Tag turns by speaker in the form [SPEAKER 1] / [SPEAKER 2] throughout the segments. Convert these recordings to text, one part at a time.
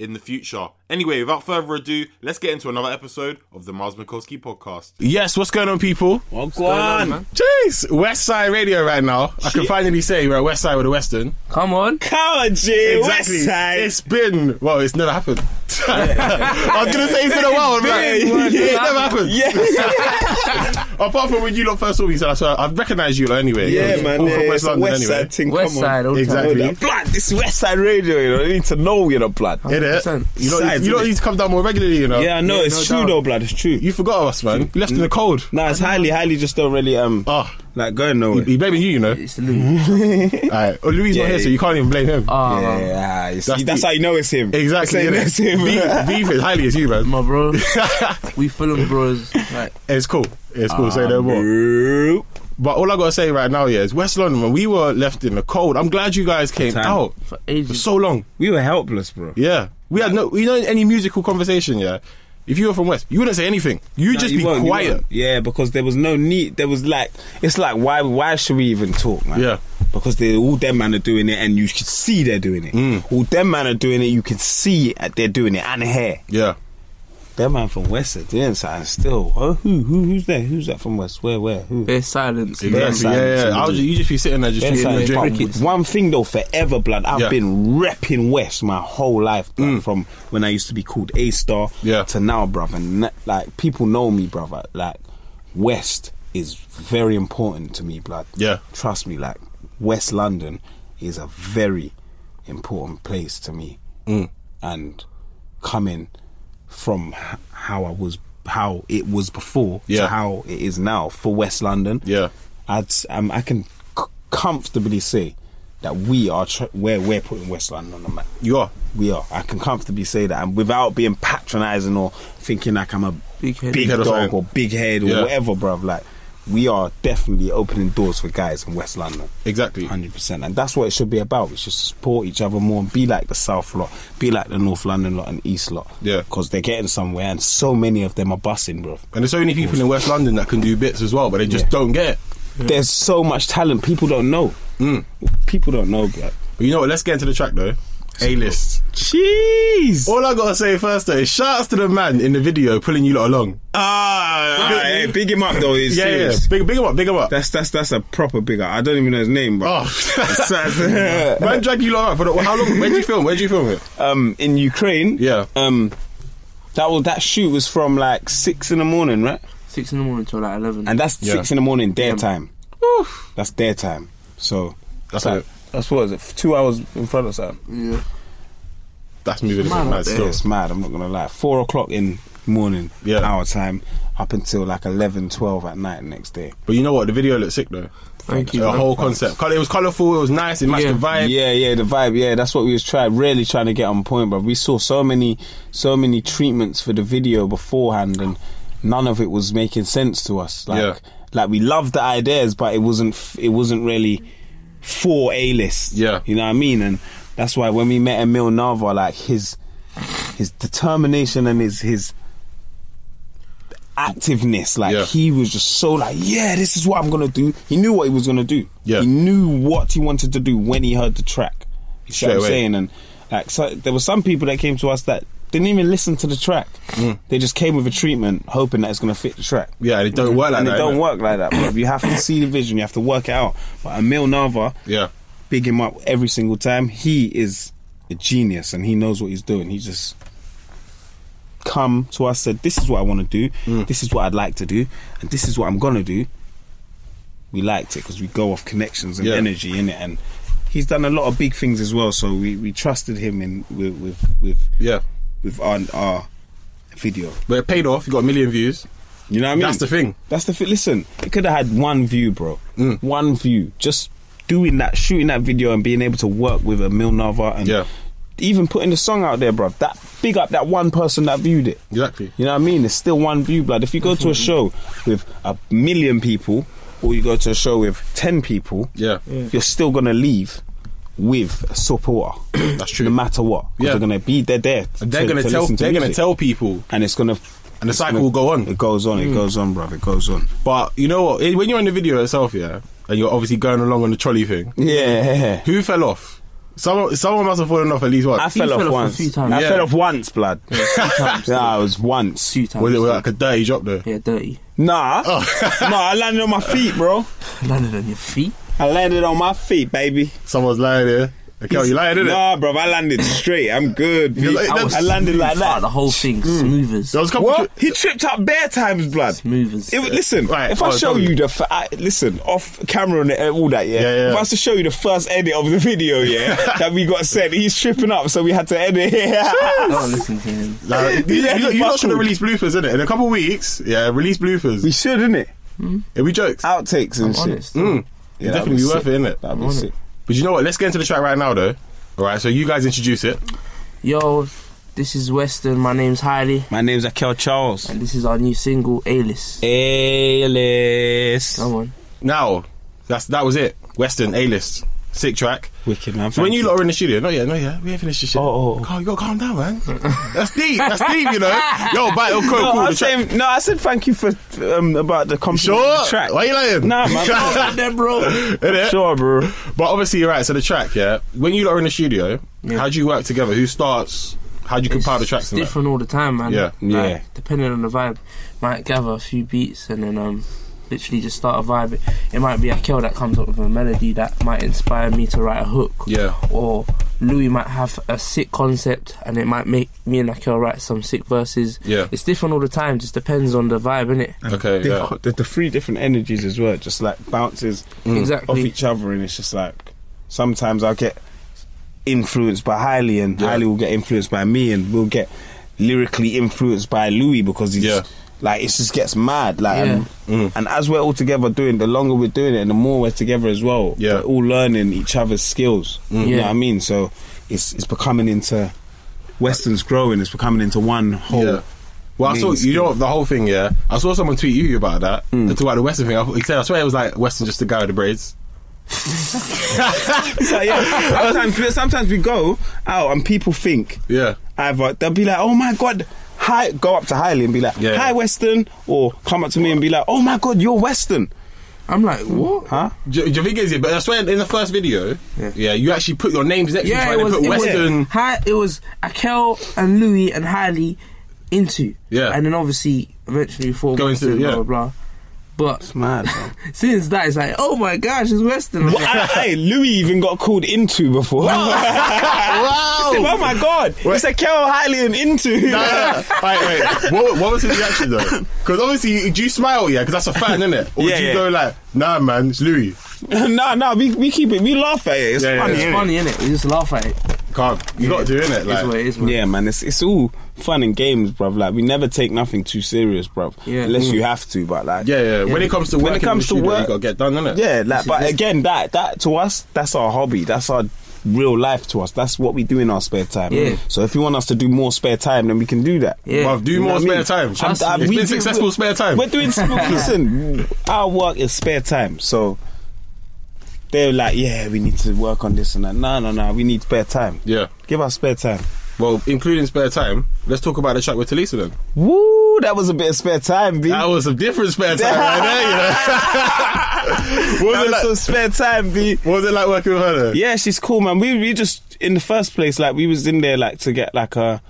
[SPEAKER 1] in the future. Anyway, without further ado, let's get into another episode of the Miles Mikulski podcast. Yes, what's going on, people?
[SPEAKER 2] What's going on, man?
[SPEAKER 1] Jeez, West Side Radio right now. I can finally say we're at West Side with the Western.
[SPEAKER 2] Come on.
[SPEAKER 3] Come on, G.
[SPEAKER 1] Exactly.
[SPEAKER 3] West side.
[SPEAKER 1] It's been well, it's never happened. I was gonna say it's been a while, but it never happened.
[SPEAKER 3] yeah,
[SPEAKER 1] Apart from when you lot first saw me, so that's why I recognise you lot anyway.
[SPEAKER 3] yeah, man.
[SPEAKER 1] All
[SPEAKER 3] yeah,
[SPEAKER 1] from West
[SPEAKER 3] it's a
[SPEAKER 1] London
[SPEAKER 3] West
[SPEAKER 1] anyway.
[SPEAKER 3] Side thing.
[SPEAKER 2] West
[SPEAKER 3] come
[SPEAKER 2] Side,
[SPEAKER 3] on.
[SPEAKER 2] old
[SPEAKER 1] Exactly.
[SPEAKER 3] Blood, blood, this West Side radio, you know, they need to know you know, blood.
[SPEAKER 1] Get it?
[SPEAKER 2] 100%.
[SPEAKER 1] You lot,
[SPEAKER 3] Sides,
[SPEAKER 1] you lot
[SPEAKER 3] innit?
[SPEAKER 1] need to come down more regularly, you know.
[SPEAKER 3] Yeah, Mm. I know
[SPEAKER 2] Oh, Yeah,
[SPEAKER 3] it's
[SPEAKER 2] no
[SPEAKER 3] true
[SPEAKER 2] doubt.
[SPEAKER 3] though, blood. It's true.
[SPEAKER 1] You forgot us, man. You left in the cold.
[SPEAKER 3] nah, it's highly, highly just don't really um
[SPEAKER 1] Ah,
[SPEAKER 3] like going nowhere.
[SPEAKER 1] he blaming you, you know.
[SPEAKER 2] It's Lou.
[SPEAKER 1] Alright, oh, Louis not
[SPEAKER 3] Yeah.
[SPEAKER 1] here, so you can't even blame him.
[SPEAKER 2] Ah,
[SPEAKER 3] yeah, you see,
[SPEAKER 1] That's
[SPEAKER 3] that's,
[SPEAKER 1] the-
[SPEAKER 3] how you know it's him.
[SPEAKER 1] exactly.
[SPEAKER 3] Saying it's him.
[SPEAKER 1] Beef, beef is highly as you, man.
[SPEAKER 2] my bro.
[SPEAKER 3] Ah.
[SPEAKER 2] we Fulham bros. Like,
[SPEAKER 1] It's cool. It's cool. say no more.
[SPEAKER 3] Bro.
[SPEAKER 1] But all I gotta say right now, yeah, is West London. When we were left in the cold, I'm glad you guys came
[SPEAKER 3] Time.
[SPEAKER 1] out
[SPEAKER 2] for
[SPEAKER 1] for
[SPEAKER 2] ages.
[SPEAKER 1] so long.
[SPEAKER 3] We were helpless, bro.
[SPEAKER 1] Yeah, we had no, we know any musical conversation. Yeah, if you were from West, you wouldn't say anything. You'd
[SPEAKER 3] Nah,
[SPEAKER 1] just
[SPEAKER 3] you
[SPEAKER 1] be
[SPEAKER 3] won't, you
[SPEAKER 1] quiet.
[SPEAKER 3] won't. Yeah, because there was no need. There was like, it's like, why, why should we even talk, man?
[SPEAKER 1] Yeah.
[SPEAKER 3] Because they all them man are doing it, and you could see they're doing it.
[SPEAKER 1] Mm.
[SPEAKER 3] All them man are doing it. You can see that they're doing it, and here.
[SPEAKER 1] Yeah,
[SPEAKER 3] That man from West are doing something still. Oh, who, who, who's that? Who's that from West? Where, where, who?
[SPEAKER 2] Bare silence.
[SPEAKER 3] Bare
[SPEAKER 1] exactly.
[SPEAKER 3] silence,
[SPEAKER 1] Yeah, yeah.
[SPEAKER 3] indeed.
[SPEAKER 1] I was, you just be sitting there, just
[SPEAKER 3] Them
[SPEAKER 1] drinking
[SPEAKER 3] signs.
[SPEAKER 1] and
[SPEAKER 3] But
[SPEAKER 1] drinking.
[SPEAKER 2] Crickets.
[SPEAKER 3] One thing though, forever, blood. I've
[SPEAKER 1] Yeah. Mm.
[SPEAKER 3] been repping West my whole life, blood. From when I used to be called A Star,
[SPEAKER 1] Yeah.
[SPEAKER 3] to now, brother. And that- like people know me, brother. Like West is very important to me, blood.
[SPEAKER 1] Yeah.
[SPEAKER 3] trust me. Like West London is a very important place to me,
[SPEAKER 1] Mm.
[SPEAKER 3] and coming from h- how I was, how it was before,
[SPEAKER 1] Yeah.
[SPEAKER 3] to how it is now for West London.
[SPEAKER 1] Yeah.
[SPEAKER 3] I'd, um, I can c- comfortably say that we are tr- where we're putting West London on the map.
[SPEAKER 1] You are.
[SPEAKER 3] We are. I can comfortably say that, and without being patronising or thinking like I'm a
[SPEAKER 2] Big
[SPEAKER 3] big,
[SPEAKER 2] head.
[SPEAKER 1] Big head or
[SPEAKER 3] dog
[SPEAKER 1] something.
[SPEAKER 3] or big head or
[SPEAKER 1] Yeah.
[SPEAKER 3] whatever, bruv. Like we are definitely opening doors for guys in West London.
[SPEAKER 1] Exactly.
[SPEAKER 3] Hundred percent, and that's what it should be about. We should support each other more and be like the South lot, be like the North London lot and East lot.
[SPEAKER 1] Yeah.
[SPEAKER 3] because they're getting somewhere, and so many of them are bussing, bruv.
[SPEAKER 1] And there's so many people in West London that can do bits as well, but they just
[SPEAKER 3] Yeah.
[SPEAKER 1] don't get it.
[SPEAKER 3] There's so much talent people don't know. People don't know, bruv.
[SPEAKER 1] But you know what? Let's get into the track though. A list.
[SPEAKER 3] Jeez.
[SPEAKER 1] All I gotta say first though is shouts to the man in the video pulling you lot along.
[SPEAKER 3] Ah, alright, hey, big him up though. He's
[SPEAKER 1] Yeah, yeah.
[SPEAKER 3] serious.
[SPEAKER 1] Big, big him up, big him up.
[SPEAKER 3] That's that's that's a proper big up. I don't even know his name, but
[SPEAKER 1] oh.
[SPEAKER 3] That's-
[SPEAKER 1] man, drag you lot up for the, how long? When did you film? When did you film it?
[SPEAKER 3] um, in Ukraine,
[SPEAKER 1] Yeah.
[SPEAKER 3] um, that was that shoot was from like six in the morning, right?
[SPEAKER 2] Six in the morning till like eleven.
[SPEAKER 3] And that's
[SPEAKER 1] Yeah.
[SPEAKER 3] six in the morning their time. That's their time. So
[SPEAKER 1] That's
[SPEAKER 3] like,
[SPEAKER 1] it.
[SPEAKER 3] that's what is it? Two hours in front of us.
[SPEAKER 2] yeah.
[SPEAKER 1] That's moving a bit
[SPEAKER 2] Man,
[SPEAKER 1] mad
[SPEAKER 3] Yeah,
[SPEAKER 1] still.
[SPEAKER 3] it's mad. I'm not gonna lie. Four o'clock in morning,
[SPEAKER 1] Yeah.
[SPEAKER 3] our time, up until like 11, 12 at night next day.
[SPEAKER 1] But you know what? The video looked sick though.
[SPEAKER 2] Thank you.
[SPEAKER 1] The
[SPEAKER 2] man.
[SPEAKER 1] whole concept. Colour- It was colourful, it was nice, it matched
[SPEAKER 2] Yeah.
[SPEAKER 1] the vibe.
[SPEAKER 3] Yeah, yeah, the vibe. Yeah, that's what we was trying, really trying to get on point. But we saw so many, so many treatments for the video beforehand, and none of it was making sense to us. Like,
[SPEAKER 1] Yeah.
[SPEAKER 3] like we loved the ideas, but it wasn't, f- it wasn't really for a list.
[SPEAKER 1] Yeah.
[SPEAKER 3] you know what I mean. And that's why when we met Emil Nava, like his, his determination and his his activeness like
[SPEAKER 1] Yeah.
[SPEAKER 3] he was just so like yeah this is what i'm gonna do he knew what he was gonna do
[SPEAKER 1] Yeah.
[SPEAKER 3] he knew what he wanted to do when he heard the track you see
[SPEAKER 1] Straight
[SPEAKER 3] what i'm
[SPEAKER 1] away.
[SPEAKER 3] saying and like so there were some people that came to us that didn't even listen to the track
[SPEAKER 1] Mm.
[SPEAKER 3] they just came with a treatment hoping that it's gonna fit the track
[SPEAKER 1] Yeah, and it don't work like
[SPEAKER 3] and
[SPEAKER 1] that.
[SPEAKER 3] it don't
[SPEAKER 1] innit?
[SPEAKER 3] work like that bro. you have to see the vision you have to work it out but Emil Nava
[SPEAKER 1] Yeah.
[SPEAKER 3] big him up every single time he is a genius and he knows what he's doing he just come to us said, "This is what I want to do.
[SPEAKER 1] Mm.
[SPEAKER 3] This is what I'd like to do, and this is what I'm gonna do." We liked it because we go off connections and
[SPEAKER 1] Yeah.
[SPEAKER 3] energy in it, and he's done a lot of big things as well. So we, we trusted him in with with with,
[SPEAKER 1] Yeah.
[SPEAKER 3] with our, our video.
[SPEAKER 1] But it paid off. You got a million views.
[SPEAKER 3] You know what I mean?
[SPEAKER 1] That's the thing. Mm.
[SPEAKER 3] That's the thing. Listen, it could have had one view, bro. One view. Just doing that, shooting that video, and being able to work with Emil Nava and
[SPEAKER 1] Yeah.
[SPEAKER 3] even putting the song out there, bro. That big up that one person that viewed it.
[SPEAKER 1] Exactly.
[SPEAKER 3] You know what I mean? It's still one view, blood. If you go to a show with a million people, or you go to a show with ten people,
[SPEAKER 1] Yeah.
[SPEAKER 3] you're still gonna leave with a supporter.
[SPEAKER 1] That's true.
[SPEAKER 3] No matter what, 'Cause
[SPEAKER 1] Yeah.
[SPEAKER 3] they're gonna be. They're there.
[SPEAKER 1] They're gonna tell.
[SPEAKER 3] listen
[SPEAKER 1] they're gonna
[SPEAKER 3] music.
[SPEAKER 1] tell people,
[SPEAKER 3] and it's gonna.
[SPEAKER 1] and the cycle will go on.
[SPEAKER 3] It goes on. It goes on, bro. It goes on.
[SPEAKER 1] But you know what? It- When you're in the video itself, yeah, and you're obviously going along on the trolley thing,
[SPEAKER 3] Yeah.
[SPEAKER 1] who fell off? Someone, someone must have fallen off at least
[SPEAKER 3] I
[SPEAKER 1] once.
[SPEAKER 3] fell,
[SPEAKER 2] fell
[SPEAKER 3] off
[SPEAKER 2] off a
[SPEAKER 3] once.
[SPEAKER 2] few times.
[SPEAKER 3] I
[SPEAKER 1] Yeah.
[SPEAKER 3] fell off once, blood. nah, it was once.
[SPEAKER 2] Two times.
[SPEAKER 1] Was it like a dirty drop though?
[SPEAKER 2] yeah, dirty.
[SPEAKER 3] Nah.
[SPEAKER 1] Oh.
[SPEAKER 3] nah, I landed on my feet, bro.
[SPEAKER 2] Landed on your feet.
[SPEAKER 3] I landed on my feet, baby.
[SPEAKER 1] Someone's lying there. Okay, Oh, you lying, didn't it?
[SPEAKER 3] Nah, bro, I landed straight. I'm good. B.
[SPEAKER 1] like-
[SPEAKER 3] I,
[SPEAKER 1] was
[SPEAKER 3] landed
[SPEAKER 2] smooth,
[SPEAKER 3] like
[SPEAKER 2] The
[SPEAKER 3] that.
[SPEAKER 2] whole thing, smooth as
[SPEAKER 1] There was a couple.
[SPEAKER 3] What? He tripped up bare times, blood.
[SPEAKER 2] smooth as.
[SPEAKER 3] It, was- listen,
[SPEAKER 1] Right, Oh,
[SPEAKER 3] if
[SPEAKER 1] go
[SPEAKER 3] I
[SPEAKER 1] on,
[SPEAKER 3] show
[SPEAKER 1] tell me.
[SPEAKER 3] you the fa- I, listen off camera and all that, yeah?
[SPEAKER 1] Yeah, yeah.
[SPEAKER 3] If I was to show you the first edit of the video, yeah, that we got sent, he's tripping up, so we had to edit.
[SPEAKER 2] Don't listen to him.
[SPEAKER 1] Like, you
[SPEAKER 3] Yeah,
[SPEAKER 1] you,
[SPEAKER 3] he
[SPEAKER 1] you lot should have
[SPEAKER 3] buckled.
[SPEAKER 1] released bloopers, innit? In a couple weeks, yeah, release
[SPEAKER 3] we
[SPEAKER 1] bloopers.
[SPEAKER 3] should, innit?
[SPEAKER 1] It'll be jokes.
[SPEAKER 3] Outtakes and shit.
[SPEAKER 2] Honest.
[SPEAKER 3] Yeah,
[SPEAKER 1] It'd
[SPEAKER 3] that'd
[SPEAKER 1] definitely
[SPEAKER 3] be
[SPEAKER 1] be worth
[SPEAKER 3] sick.
[SPEAKER 1] it, innit?
[SPEAKER 3] That'd be sick.
[SPEAKER 1] But you know what? Let's get into the track right now, though. All right, so you guys introduce it.
[SPEAKER 2] Yo, this is Weston. My name's Hailey,
[SPEAKER 3] My name's Akel Charles.
[SPEAKER 2] and this is our new single, A-List.
[SPEAKER 3] A-list.
[SPEAKER 2] Come on.
[SPEAKER 1] Now, that's that was it. Western A list, sick track.
[SPEAKER 3] Wicked, man.
[SPEAKER 1] So when you lot are in the studio, no, yeah, no, yeah, we ain't finished this shit.
[SPEAKER 3] Oh, oh, oh.
[SPEAKER 1] Carl, you gotta calm down, man. That's deep. That's deep, you know. Yo, bite. Okay,
[SPEAKER 3] No,
[SPEAKER 1] cool.
[SPEAKER 3] I
[SPEAKER 1] The track.
[SPEAKER 3] said, no, I said thank you for um, about the compliment.
[SPEAKER 1] Sure.
[SPEAKER 3] of the track.
[SPEAKER 1] Why you lying?
[SPEAKER 3] Nah, man.
[SPEAKER 1] Innit?
[SPEAKER 3] sure, bro.
[SPEAKER 1] But obviously, right. So the track, yeah. When you lot are in the studio, how do you work together? Who starts? How do you compile the tracks?
[SPEAKER 2] It's
[SPEAKER 1] and that?
[SPEAKER 2] different all the time, man.
[SPEAKER 1] Yeah.
[SPEAKER 2] Like,
[SPEAKER 3] Yeah.
[SPEAKER 2] Depending on the vibe, might gather a few beats and then um, literally just start a vibe. It, it might be Akel that comes up with a melody that might inspire me to write a hook.
[SPEAKER 1] Yeah.
[SPEAKER 2] Or Louis might have a sick concept and it might make me and Akel write some sick verses.
[SPEAKER 1] Yeah.
[SPEAKER 2] It's different all the time. Just depends on the vibe, innit?
[SPEAKER 1] Okay.
[SPEAKER 3] The,
[SPEAKER 1] Yeah.
[SPEAKER 3] the, the three different energies as well, just like bounces off
[SPEAKER 2] Mm. Exactly.
[SPEAKER 3] each other, and it's just like sometimes I'll get influenced by Hailey, and
[SPEAKER 1] Yeah.
[SPEAKER 3] Hailey will get influenced by me, and we'll get lyrically influenced by Louis because he's
[SPEAKER 1] Yeah. Mm.
[SPEAKER 3] like it just gets mad. Like,
[SPEAKER 2] Yeah.
[SPEAKER 3] and, and as we're all together doing, the longer we're doing it, and the more we're together as well.
[SPEAKER 1] Yeah. Mm.
[SPEAKER 3] we're all learning each other's skills. You know
[SPEAKER 2] Yeah.
[SPEAKER 3] what I mean? So it's it's becoming into Western's growing. It's becoming into one whole.
[SPEAKER 1] Yeah. Well, I
[SPEAKER 3] Oh,
[SPEAKER 1] saw
[SPEAKER 3] Means- Hmm.
[SPEAKER 1] you know the whole thing. Yeah, I saw someone tweet you about that. They talk about the Western thing. I, he said, I swear it was like Western, just the guy with the braids.
[SPEAKER 3] So, yeah, sometimes, sometimes we go out and people think
[SPEAKER 1] Yeah,
[SPEAKER 3] either they'll be like, "Oh my god." Hi, go up to Hailey and be like,
[SPEAKER 1] Yeah.
[SPEAKER 3] "Hi, Weston," or come up to me and be like, "Oh my God, you're Weston,
[SPEAKER 2] I'm like, what?
[SPEAKER 3] huh?"
[SPEAKER 1] do, do you think it's it? But I swear in the first video, yeah, you actually put your names next
[SPEAKER 2] Yeah,
[SPEAKER 1] to each
[SPEAKER 2] it was,
[SPEAKER 1] other. and
[SPEAKER 2] it
[SPEAKER 1] put
[SPEAKER 2] was
[SPEAKER 1] Western.
[SPEAKER 2] Hi, it was Akel and Louis and Hailey into.
[SPEAKER 1] Yeah.
[SPEAKER 2] and then obviously eventually we formed
[SPEAKER 1] Going
[SPEAKER 2] Western,
[SPEAKER 1] to- yeah.
[SPEAKER 2] blah blah blah. But
[SPEAKER 3] It's mad.
[SPEAKER 2] since that, it's like, oh my gosh, it's Western. I'm
[SPEAKER 3] well,
[SPEAKER 2] like,
[SPEAKER 3] I, hey, Louis even got called into before. He said, oh my God, it's a Kel Hailey and into.
[SPEAKER 1] Uh, wait, wait. What, what was his reaction though? Because obviously, do you smile? Yeah, because that's a fan, isn't it? Or
[SPEAKER 3] Yeah,
[SPEAKER 1] do you
[SPEAKER 3] yeah.
[SPEAKER 1] go like, Nah, man, it's Louis.
[SPEAKER 3] no, no, we, we keep it. We laugh at it. It's
[SPEAKER 1] Yeah, yeah,
[SPEAKER 3] funny.
[SPEAKER 1] yeah.
[SPEAKER 3] innit?
[SPEAKER 2] it's funny, innit? We just laugh at it.
[SPEAKER 1] Can't. You got to, innit?
[SPEAKER 2] It's what
[SPEAKER 1] Like,
[SPEAKER 2] it is, man.
[SPEAKER 3] Yeah, man, it's it's all fun and games, bruv. Like we never take nothing too serious, bruv.
[SPEAKER 2] Yeah.
[SPEAKER 3] Unless
[SPEAKER 2] Mm.
[SPEAKER 3] you have to, but like
[SPEAKER 1] yeah, yeah, When it comes to
[SPEAKER 3] When
[SPEAKER 1] work
[SPEAKER 3] it
[SPEAKER 1] in the
[SPEAKER 3] comes to
[SPEAKER 1] studio,
[SPEAKER 3] work-
[SPEAKER 1] you got to get done, innit?
[SPEAKER 3] yeah, like. But again, that that to us, that's our hobby. That's our real life to us. That's what we do in our spare time.
[SPEAKER 2] Yeah.
[SPEAKER 3] So if you want us to do more spare time, then we can do that.
[SPEAKER 2] Yeah.
[SPEAKER 1] Bruv, do
[SPEAKER 3] You know
[SPEAKER 1] more
[SPEAKER 3] what I
[SPEAKER 1] spare
[SPEAKER 3] mean?
[SPEAKER 1] time.
[SPEAKER 3] I'm-
[SPEAKER 1] It's
[SPEAKER 3] I'm- we
[SPEAKER 1] been
[SPEAKER 3] do-
[SPEAKER 1] successful spare time.
[SPEAKER 3] We're doing listen. Our work is spare time, so they're like, yeah, we need to work on this and that. No, no, no, we need spare time.
[SPEAKER 1] Yeah.
[SPEAKER 3] Give us spare time.
[SPEAKER 1] Well, including spare time, let's talk about the track with Talisa then.
[SPEAKER 3] Woo, that was a bit of spare time, B.
[SPEAKER 1] That was some different spare time right there, you know. what, was
[SPEAKER 3] That
[SPEAKER 1] it like,
[SPEAKER 3] was some spare time, B.
[SPEAKER 1] what was it like working with her though?
[SPEAKER 3] Yeah, she's cool, man. We we just in the first place, like we was in there like to get like a.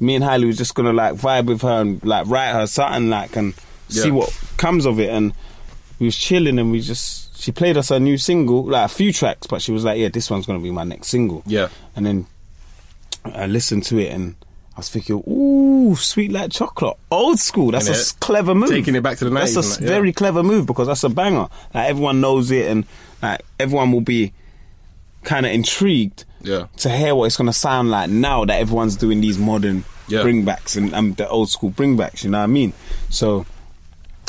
[SPEAKER 3] Me and Hailey was just gonna like vibe with her and like write her something like and see
[SPEAKER 1] Yeah.
[SPEAKER 3] what comes of it. And we was chilling and we just she played us her new single, like a few tracks, but she was like, "Yeah, this one's gonna be my next single."
[SPEAKER 1] Yeah.
[SPEAKER 3] And then I listened to it and I was thinking, ooh, sweet like chocolate, old school. That's a
[SPEAKER 1] And, uh,
[SPEAKER 3] s- clever move.
[SPEAKER 1] taking it back to the 90s
[SPEAKER 3] That's a
[SPEAKER 1] and
[SPEAKER 3] s-
[SPEAKER 1] that, yeah.
[SPEAKER 3] very clever move because that's a banger. Like everyone knows it, and like everyone will be kind of intrigued
[SPEAKER 1] Yeah.
[SPEAKER 3] to hear what it's gonna sound like now that everyone's doing these modern
[SPEAKER 1] Yeah.
[SPEAKER 3] bringbacks and um, the old school bringbacks. You know what I mean? So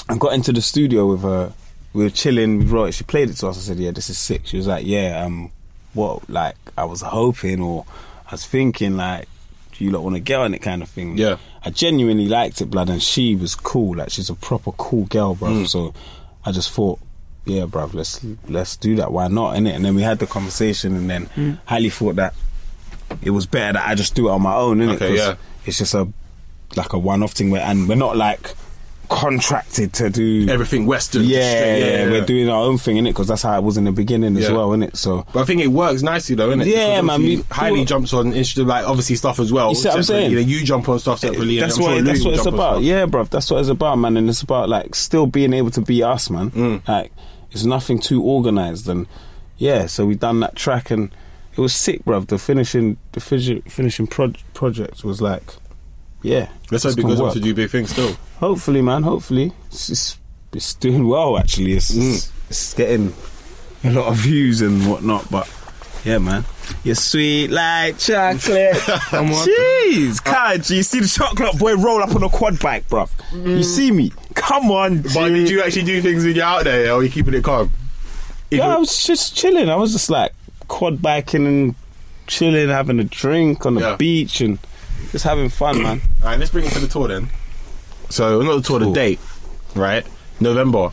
[SPEAKER 3] I got into the studio with her. We were chilling. We wrote it. She played it to us. I said, "Yeah, this is sick." She was like, "Yeah, um, what? Like, I was hoping or I was thinking like." do You lot want to get on it, kind of thing.
[SPEAKER 1] Yeah.
[SPEAKER 3] I genuinely liked it, blood, and she was cool. Like she's a proper cool girl, bro.
[SPEAKER 1] Hmm.
[SPEAKER 3] So I just thought, yeah, bruv, let's let's do that. Why not? innit? And then we had the conversation, and then
[SPEAKER 1] Hmm.
[SPEAKER 3] Hallie thought that it was better that I just do it on my own, innit?
[SPEAKER 1] Okay,
[SPEAKER 3] 'Cause
[SPEAKER 1] yeah.
[SPEAKER 3] It's just a like a one-off thing, where, and we're not like contracted to do.
[SPEAKER 1] Everything Western.
[SPEAKER 3] yeah,
[SPEAKER 1] straight-
[SPEAKER 3] we're doing our own thing, innit? Because that's how it was in the beginning as
[SPEAKER 1] Yeah.
[SPEAKER 3] well, innit? So
[SPEAKER 1] But I think it works nicely though, innit?
[SPEAKER 3] Yeah,
[SPEAKER 1] Because
[SPEAKER 3] man,
[SPEAKER 1] obviously
[SPEAKER 3] we-
[SPEAKER 1] Highly jumps on Instagram, like obviously stuff as well.
[SPEAKER 3] You see what I'm
[SPEAKER 1] separately,
[SPEAKER 3] saying? Eh,
[SPEAKER 1] Then you jump on stuff separately.
[SPEAKER 3] that's
[SPEAKER 1] and I'm
[SPEAKER 3] what
[SPEAKER 1] sure
[SPEAKER 3] that's
[SPEAKER 1] Louis
[SPEAKER 3] what
[SPEAKER 1] will
[SPEAKER 3] it's
[SPEAKER 1] jump on
[SPEAKER 3] about.
[SPEAKER 1] stuff.
[SPEAKER 3] Yeah, bro, that's what it's about, man. And it's about like still being able to be us, man.
[SPEAKER 1] Mm.
[SPEAKER 3] Like it's nothing too organized, and yeah. So we done that track, and it was sick, bro. The finishing the fisi- finishing pro- project was like, yeah.
[SPEAKER 1] Let's hope
[SPEAKER 3] it's
[SPEAKER 1] it
[SPEAKER 3] gonna
[SPEAKER 1] goes on
[SPEAKER 3] work.
[SPEAKER 1] to do big things still.
[SPEAKER 3] Hopefully, man. Hopefully, it's, it's, it's doing well. Actually, it's,
[SPEAKER 1] Mm.
[SPEAKER 3] it's it's getting a lot of views and whatnot. But yeah, man, you're sweet like chocolate.
[SPEAKER 1] Uh,
[SPEAKER 3] Jeez, Kaj, you see the chocolate boy roll up on a quad bike, bruv. You see me? Come on,
[SPEAKER 1] Mm. But
[SPEAKER 3] G.
[SPEAKER 1] did you actually do things when you're out there, or are you keeping it calm? If
[SPEAKER 3] Yeah, I
[SPEAKER 1] it-
[SPEAKER 3] was just chilling. I was just like quad biking and chilling, having a drink on the
[SPEAKER 1] Yeah.
[SPEAKER 3] beach and just having fun, man.
[SPEAKER 1] All right, let's bring it to the tour then. So not the tour, the date, right? November.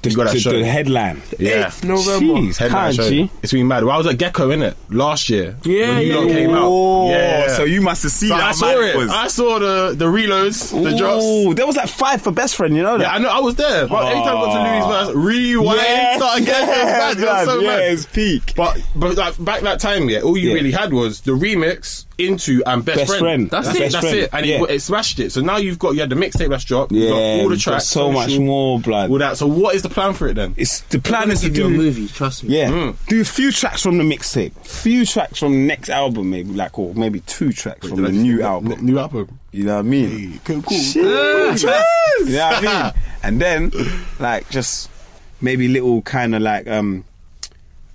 [SPEAKER 3] The,
[SPEAKER 1] You got that
[SPEAKER 3] the-
[SPEAKER 1] show.
[SPEAKER 3] the headline.
[SPEAKER 1] Yeah.
[SPEAKER 2] Eighth November.
[SPEAKER 3] Jeez,
[SPEAKER 1] Headline show.
[SPEAKER 3] Kaj, G.
[SPEAKER 1] It's been mad. Well, I was at Gecko in it last year.
[SPEAKER 2] Yeah,
[SPEAKER 1] when you
[SPEAKER 2] yeah,
[SPEAKER 1] lot
[SPEAKER 2] yeah.
[SPEAKER 1] came out.
[SPEAKER 3] Oh,
[SPEAKER 1] Yeah.
[SPEAKER 3] so you must have seen
[SPEAKER 1] So
[SPEAKER 3] that.
[SPEAKER 1] I saw it. I saw the the reloads, the drops.
[SPEAKER 3] Ooh, there was like five for best friend. You know
[SPEAKER 1] Yeah, I
[SPEAKER 3] that?
[SPEAKER 1] know. I was there. But every time I got
[SPEAKER 3] Oh.
[SPEAKER 1] to Louis' verse, rewind, start again. It was mad. It was so
[SPEAKER 3] yeah,
[SPEAKER 1] mad.
[SPEAKER 3] it's peak.
[SPEAKER 1] But but like, back that time, yeah, all you
[SPEAKER 3] Yeah.
[SPEAKER 1] really had was the remix into and best,
[SPEAKER 3] Best Friend.
[SPEAKER 1] That's,
[SPEAKER 3] That's
[SPEAKER 1] it.
[SPEAKER 3] Best
[SPEAKER 1] that's
[SPEAKER 3] Friend.
[SPEAKER 1] it. And
[SPEAKER 3] Yeah.
[SPEAKER 1] it, it smashed it. So now you've got you had the mixtape that's dropped. Yeah,
[SPEAKER 3] Yeah,
[SPEAKER 1] got all the
[SPEAKER 3] we've got
[SPEAKER 1] tracks.
[SPEAKER 3] so much more, blood.
[SPEAKER 1] All that. So what is the plan for it then?
[SPEAKER 3] It's the
[SPEAKER 2] They're
[SPEAKER 3] plan
[SPEAKER 2] gonna
[SPEAKER 3] is to
[SPEAKER 2] give you a
[SPEAKER 3] do
[SPEAKER 2] movie. Trust me.
[SPEAKER 3] Yeah,
[SPEAKER 1] Hmm.
[SPEAKER 3] do a few tracks from the mixtape, few tracks from the next album, maybe like or maybe two tracks from the new album.
[SPEAKER 1] New album.
[SPEAKER 3] You know what I mean?
[SPEAKER 1] Hey, cool, cool.
[SPEAKER 3] Shit. You know what I mean? And then, like, just maybe little kind of like um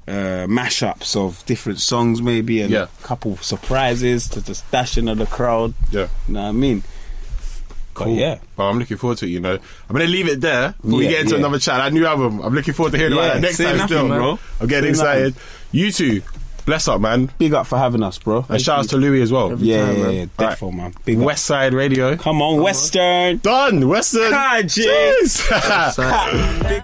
[SPEAKER 3] uh mashups of different songs, maybe, and
[SPEAKER 1] Yeah.
[SPEAKER 3] a couple surprises to just dash into the crowd.
[SPEAKER 1] Yeah.
[SPEAKER 3] You know what I mean? But yeah.
[SPEAKER 1] Well, I'm looking forward to it, you know. I'm going to leave it there before we
[SPEAKER 3] Yeah,
[SPEAKER 1] get into
[SPEAKER 3] yeah.
[SPEAKER 1] another chat. That new album. I'm looking forward to hearing
[SPEAKER 3] Yeah,
[SPEAKER 1] about that next
[SPEAKER 3] say
[SPEAKER 1] time
[SPEAKER 3] nothing,
[SPEAKER 1] still,
[SPEAKER 3] man.
[SPEAKER 1] I'm getting
[SPEAKER 3] Say nothing.
[SPEAKER 1] excited. You two, bless up, man.
[SPEAKER 3] Big up for having us, bro.
[SPEAKER 1] And shout outs to Louis as well.
[SPEAKER 3] yeah,
[SPEAKER 2] time,
[SPEAKER 3] yeah,
[SPEAKER 2] man.
[SPEAKER 3] yeah, defo, man. Big up.
[SPEAKER 1] West Side Radio.
[SPEAKER 3] Come on, Western.
[SPEAKER 1] Done. Western.
[SPEAKER 3] God,
[SPEAKER 1] Cheers.
[SPEAKER 2] So-